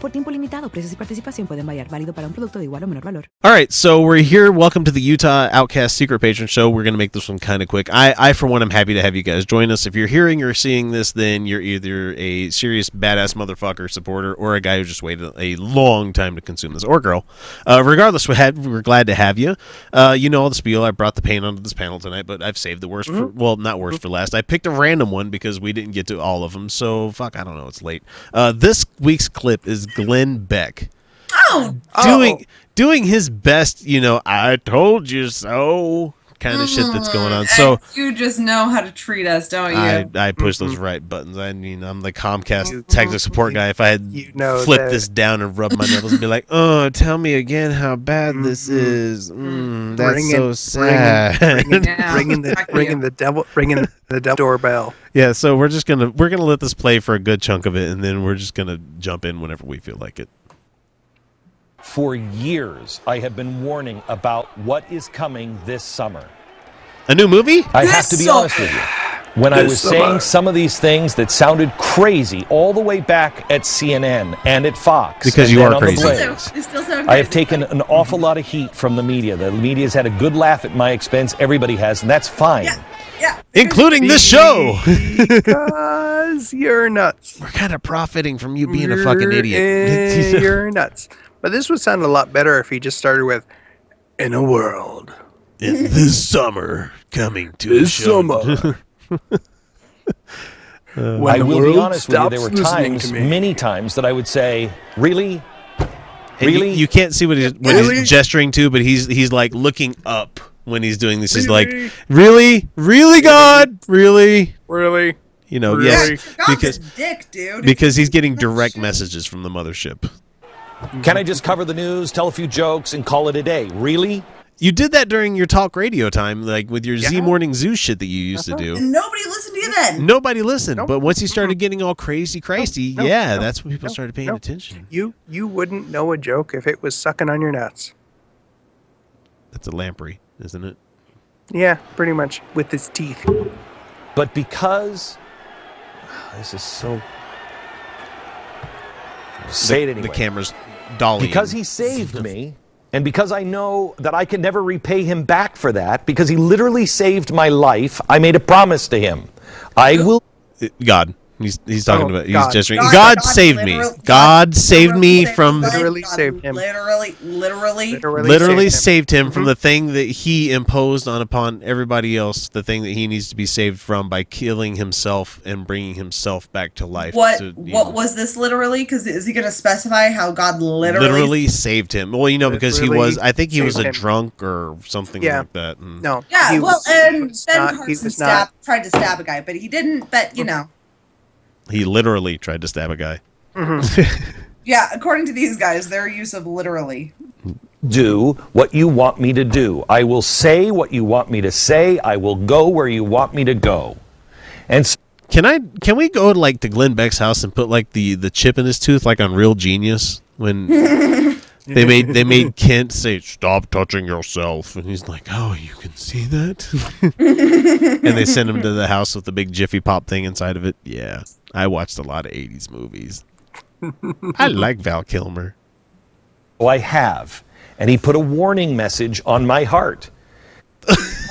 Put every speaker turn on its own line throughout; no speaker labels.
Por tiempo limitado, precios y participación pueden variar. Válido para un producto de igual o menor valor.
All right, so we're here. Welcome to the Utah Outcast Secret Patron Show. We're going to make this one kind of quick. I, I, for one, am happy to have you guys join us. If you're hearing or seeing this, then you're either a serious badass motherfucker supporter or a guy who just waited a long time to consume this, or girl. Uh, regardless, we had, we're glad to have you. Uh, you know all the spiel. I brought the pain onto this panel tonight, but I've saved the worst for, well, not worst for last. I picked a random one because we didn't get to all of them, so fuck, I don't know. It's late. Uh, this week's clip is Glenn Beck doing doing his best, you know, I told you so kind of shit that's going on. So
you just know how to treat us, don't you?
I, I push those right buttons. I mean, I'm the Comcast technical support guy. If I had
You know
flipped
that-
this down and rubbed my nipples and be like, "Oh, tell me again how bad this is." Mm, that's
Ringing-
so
ringing-
sad.
Yeah.
ringing the
Fuck
ringing
you.
the devil ringing the devil doorbell.
yeah, so we're just gonna we're gonna let this play for a good chunk of it, and then we're just gonna jump in whenever we feel like it.
For years, I have been warning about what is coming this summer.
A new movie?
I
This
have to be
summer.
honest with you. When I
This
was
summer.
saying some of these things that sounded crazy all the way back at CNN and at Fox,
Because
and
you
then
are
on the
crazy.
So,
Blaze,
it's still so
I have taken an awful lot of heat from the media. The media's had a good laugh at my expense. Everybody has, and that's fine.
yeah.
Including this show.
because you're nuts.
We're kind of profiting from you being a
You're
fucking idiot.
in- you're nuts. But this would sound a lot better if he just started with "In a world
in this summer coming to
this
a show.
summer." when
Uh, I
the
will
world
be honest with you. There
stops
were
listening to
times,
me.
many times, that I would say, "Really,
And you-
Really?
You, can't see what he's what
Really?
he's gesturing to, but he's he's like looking up when he's doing this. He's like, really, really, God, really,
really
you know,
Really?
yes,
Yeah,
God's
because
a dick, dude.
because he's getting direct messages from the mothership.
can I just cover the news, tell a few jokes, and call it a day? Really?"
You did that during your talk radio time, like with your Z Morning Zoo shit that you used to do.
And nobody listened to you then.
Nobody listened, but once he started getting all crazy, crazy, yeah, that's when people started paying
no.
attention.
you you wouldn't know a joke if it was sucking on your nuts.
That's a lamprey, isn't it?
Yeah, pretty much with his teeth.
But because this is so. Say it
The
anyway.
camera's dolly.
because he saved me, and because I know that I can never repay him back for that, because he literally saved my life, I made a promise to him. I will
God. He's, he's talking
Oh,
about he's
God.
gesturing. God,
God- God
saved me.
literal-
God, saved me from
Literally
God
saved him.
Literally, literally.
Literally,
literally
saved
saved
him.
him, from the thing that he imposed on upon everybody else, the thing that he needs to be saved from by killing himself and bringing himself back to life.
What
So, you know,
what was this literally? Because is he going to specify how God literally?
literally, saved him? Well, you know, because he
Literally
was I think he was a
saved him.
drunk or something
Yeah.
like that. and-
No.
Yeah.
he
well,
was- he
and
was
Ben
not- he
Carson
was not-
stabbed, tried to stab a guy, but he didn't. But you know,
He literally tried to stab a guy.
yeah. According to these guys, their use of literally.
do what you want me to do. I will say what you want me to say. I will go where you want me to go. And so
Can I can we go like to Glenn Beck's house and put like the the chip in his tooth like on Real Genius when they made they made Kent say stop touching yourself and he's like oh you can see that and they send him to the house with the big Jiffy Pop thing inside of it yeah I watched a lot of 80s movies I like Val Kilmer
I have. And he put a warning message on my heart.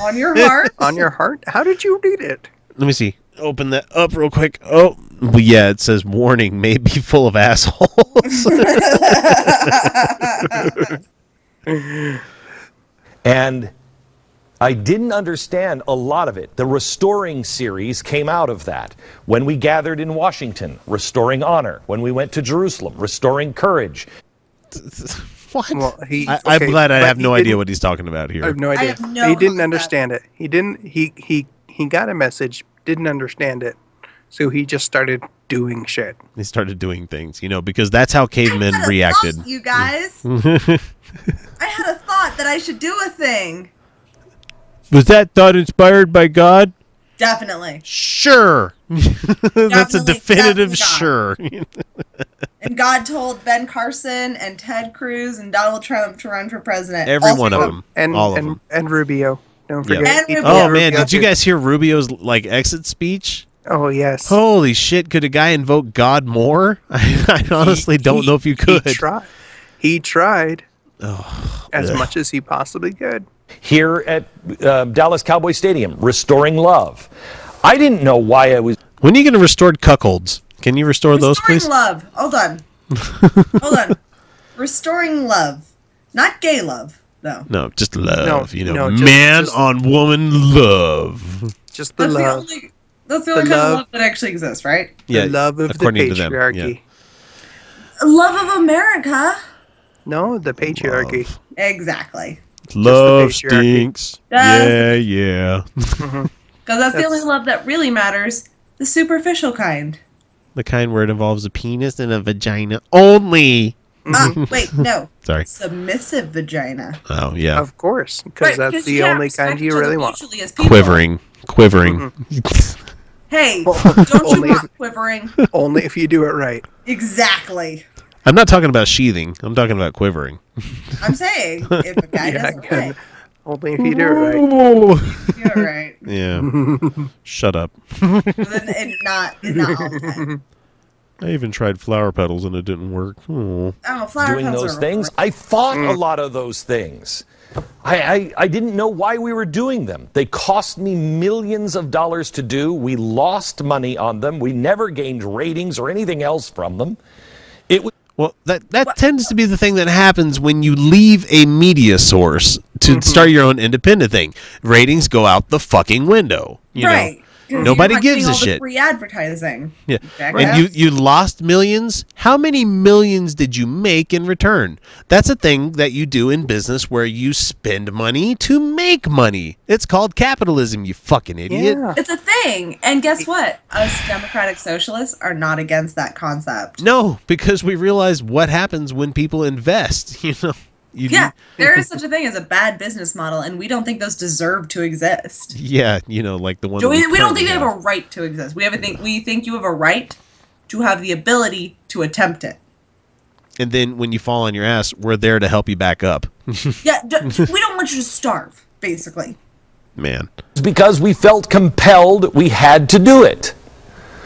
On your heart,
on your heart. How did you read it?
let me see open that up real quick oh well, yeah it says warning may be full of assholes
And I didn't understand a lot of it. The Restoring series came out of that. When we gathered in Washington, Restoring Honor. When we went to Jerusalem, Restoring Courage.
what
Well, he-
I, I'm
okay,
glad I
but
have
he
no idea
didn't-
what he's talking about here
I have no idea.
have no
he didn't
concept.
understand it. He didn't. He he he got a message. Didn't understand it. So he just started doing shit.
they started doing things, you know, because that's how cavemen
I
reacted.
love you guys. I had a thought that I should do a thing.
Was that thought inspired by God?
Definitely.
Sure. That's a
Definitely-
definitive
definitely God.
sure.
And God told Ben Carson and Ted Cruz and Donald Trump to run for president.
Every
Also-
one of them.
and
all of
and,
them.
and Rubio. Don't
Yeah.
forget.
And Rubio.
Oh
Yeah,
man,
Rubio
did you
too.
guys hear Rubio's like exit speech?
Oh yes.
Holy shit! Could a guy invoke God more? I, I honestly don't
He-
know if you
he
could.
try- He tried as much as he possibly could.
Here at uh, Dallas Cowboy Stadium, restoring love. I didn't know why I was
When are you going to restore cuckolds? Can you restore those,
Restoring
please?
love. Hold on. Hold on. Restoring love. Not gay love, though.
No, just love. you know,
no, just-
man
just-
on woman love.
Just the
That's the,
love,
only, that's the only kind
love.
of love that actually exists, right?
the love of the
according to them, yeah.
patriarchy.
Love of America.
No, the patriarchy.
Love.
Exactly.
Love
patriarchy.
stinks. Yeah,
Yes.
yeah.
Because that's the only
That's-
love that really matters the superficial kind.
the kind where it involves a penis and a vagina only.
Ah, wait, no.
Sorry.
Submissive vagina.
Oh yeah,
Of course, because that's the only kind you really want.
quivering, quivering.
Hey, don't you
only-
want quivering?
Only if you do it right.
Exactly.
I'm not talking about sheathing. I'm talking about quivering.
I'm saying if a guy
Yeah,
doesn't
good.
right,
Only if you do it right.
you're right.
yeah. Shut up.
But then it not, it not all the time.
I even tried flower petals and it didn't work. Oh.
Oh, flower
doing
petals
those
are
things. I fought a lot of those things. I, I, I didn't know why we were doing them. They cost me millions of dollars to do. We lost money on them. We never gained ratings or anything else from them. It was
Well, that that tends to be the thing that happens when you leave a media source to start your own independent thing. Ratings go out the fucking window. You
right.
Know?
'Cause you're
Nobody
not
gives
getting
a
all the
shit.
Free advertising.
Yeah.
Jackass.
And you, you lost millions. How many millions did you make in return? That's a thing that you do in business where you spend money to make money. It's called capitalism, you fucking idiot.
Yeah.
It's a thing. And guess what? Us democratic socialists are not against that concept.
No, because we realize what happens when people invest, you know. You,
Yeah, there is such a thing as a bad business model, and we don't think those deserve to exist.
Yeah, you know, like the one that
We, we don't
currently
think they have a right to exist. We have a think we think you have a right to have the ability to attempt it.
and then when you fall on your ass, we're there to help you back up.
Yeah, d- we don't want you to starve, basically.
Man.
because we felt compelled we had to do it.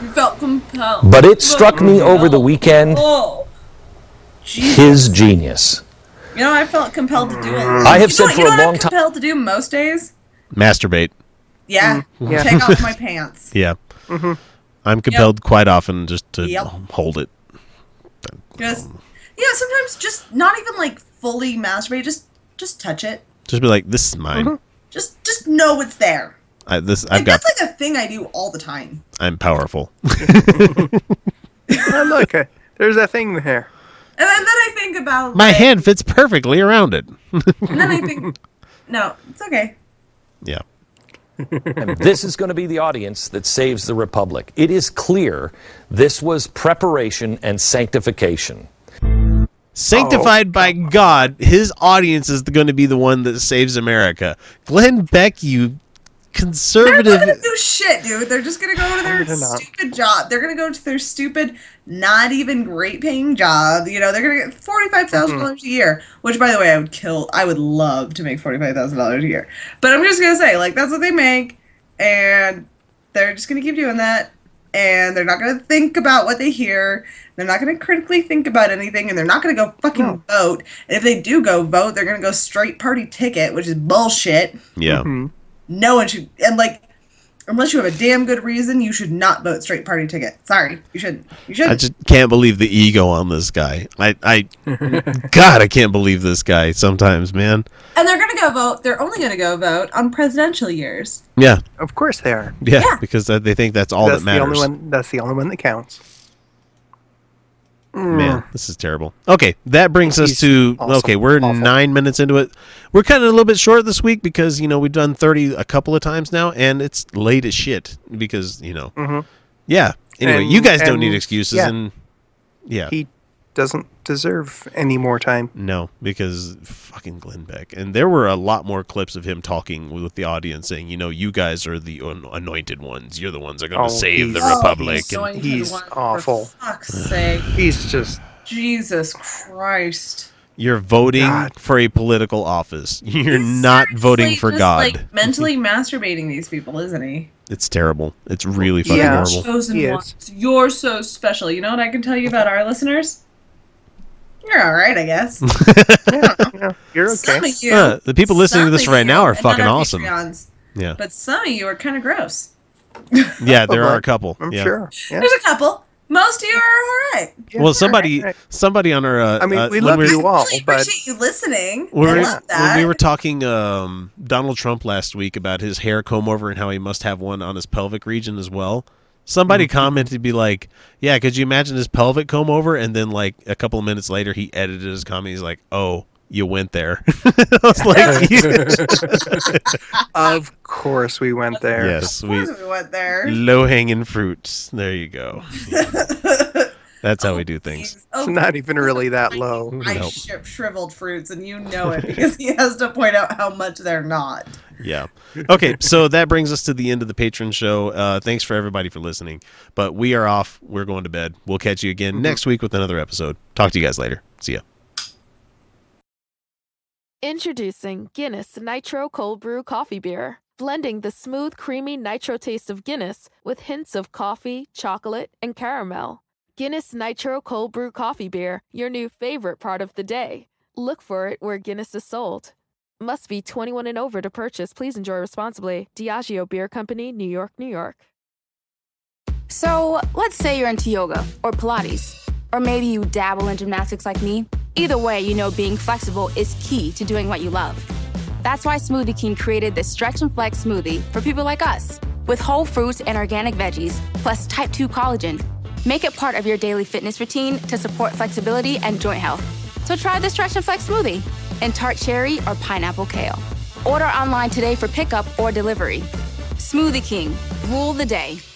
We felt compelled.
But it struck me over the weekend
Oh, Jesus.
his genius.
You know, I felt compelled to do it.
I have
you
said
know, what- you
for a
know what
long
I'm
time-
compelled to do most days.
Masturbate.
Yeah,
Mm-hmm.
yeah.
take off my pants.
Yeah. I'm compelled quite often just to
Mm-hmm. Yep.
hold it.
Just yeah, sometimes just not even like fully masturbate. Just just touch it.
Just be like, this is mine.
Mm-hmm. Just just know it's there.
I, this
Like,
I've got.
that's like a thing I do all the time.
I'm powerful.
Oh, look, uh, there's a thing there.
And then, then I think about
My
like-
hand fits perfectly around it.
And then I think, no, it's okay.
Yeah.
And this is going to be the audience that saves the republic. It is clear this was preparation and sanctification.
Sanctified by God, his audience is going to be the one that saves America. Glenn Beck, you
They're
conservative.
not gonna do shit, dude. They're just gonna go to their
They're not.
stupid job. They're gonna go to their stupid, not even great paying job. You know, they're gonna get forty five thousand dollars a year. Which, by the way, I would kill. I would love to make forty five thousand dollars a year. But I'm just gonna say, like, that's what they make, and they're just gonna keep doing that. And they're not gonna think about what they hear. They're not gonna critically think about anything, and they're not gonna go fucking vote. And if they do go vote, they're gonna go straight party ticket, which is bullshit
Yeah.
no one should and like unless you have a damn good reason you should not vote straight party ticket sorry you shouldn't you
I
shouldn't
just can't believe the ego on this guy. I, I, God, I can't believe this guy sometimes, man.
and they're gonna go vote they're only gonna go vote on presidential years
Yeah.
Of course they are.
Yeah. Because uh, they think that's all
that's
that matters.
the only one. That's the only one that counts.
Man, this is terrible. Okay, that brings us
Hmm. He's
to
awesome.
okay. We're
Awful.
nine minutes into it. We're kind of a little bit short this week because you know we've done thirty a couple of times now, and it's late as shit because you know. Yeah. Anyway,
Mm-hmm. And-
you guys don't
and-
need excuses,
yeah.
and yeah,
He doesn't deserve any more time.
No, because fucking Glenn Beck. And there were a lot more clips of him talking with the audience saying, you know, you guys are the un- anointed ones. You're the ones that are going
Oh,
to save the
he's-
Republic.
Oh,
And,
he's,
he's
anointed one, for
awful.
fuck's sake.
He's just
Jesus Christ.
you're voting
God.
for a political office. You're
He's
not
seriously
voting for
just,
God.
Like mentally masturbating these people, isn't he?
it's terrible. It's really fucking
Yeah.
horrible.
Chosen
He is.
ones. You're so special. You know what I can tell you about our listeners? You're all right, I guess.
yeah, yeah, you're
Some of
okay.
you,
Uh, the people listening to
some
this
of
right now
you,
are
and not
fucking
our
awesome.
Patreons,
Yeah.
but some of you are kind of gross.
Yeah, there are a
Probably.
couple.
I'm
yeah.
sure. Yeah.
There's a couple. Most of you are all right.
Yeah,
well,
right,
somebody,
right.
somebody on our. Uh,
I mean,
uh,
we
when
love
we were-
you all,
really
Oh, but
appreciate you listening.
when
I
we were-
love that.
when we were talking um, Donald Trump last week about his hair comb over and how he must have one on his pelvic region as well. Somebody
Mm-hmm.
commented to be like, "Yeah, could you imagine his pelvic comb over?" And then like a couple of minutes later, he edited his comment. He's like, "Oh, you went there." I was like,
of course we went there.
"Yes,
Of
we
course we went there.
low hanging fruits." There you go. That's how we do things.
He's- oh,
It's not even really that low.
I
Nope.
ship shriveled fruits, and you know it because he has to point out how much they're not.
yeah. Okay, so that brings us to the end of the patron show. Uh, thanks for everybody for listening. But we are off. We're going to bed. We'll catch you again next week with another episode. Talk to you guys later. See ya.
Introducing Guinness Nitro Cold Brew Coffee Beer, blending the smooth, creamy nitro taste of Guinness with hints of coffee, chocolate, and caramel. Guinness Nitro Cold Brew Coffee Beer, your new favorite part of the day. Look for it where Guinness is sold. Must be 21 and over to purchase. Please enjoy responsibly. Diageo Beer Company, New York, New York.
So let's say you're into yoga or Pilates, or maybe you dabble in gymnastics like me. Either way, you know being flexible is key to doing what you love. That's why Smoothie King created the Stretch and Flex smoothie for people like us. With whole fruits and organic veggies, plus type 2 collagen, make it part of your daily fitness routine to support flexibility and joint health. So try the Stretch and Flex smoothie in tart cherry or pineapple kale. Order online today for pickup or delivery. Smoothie King, rule the day.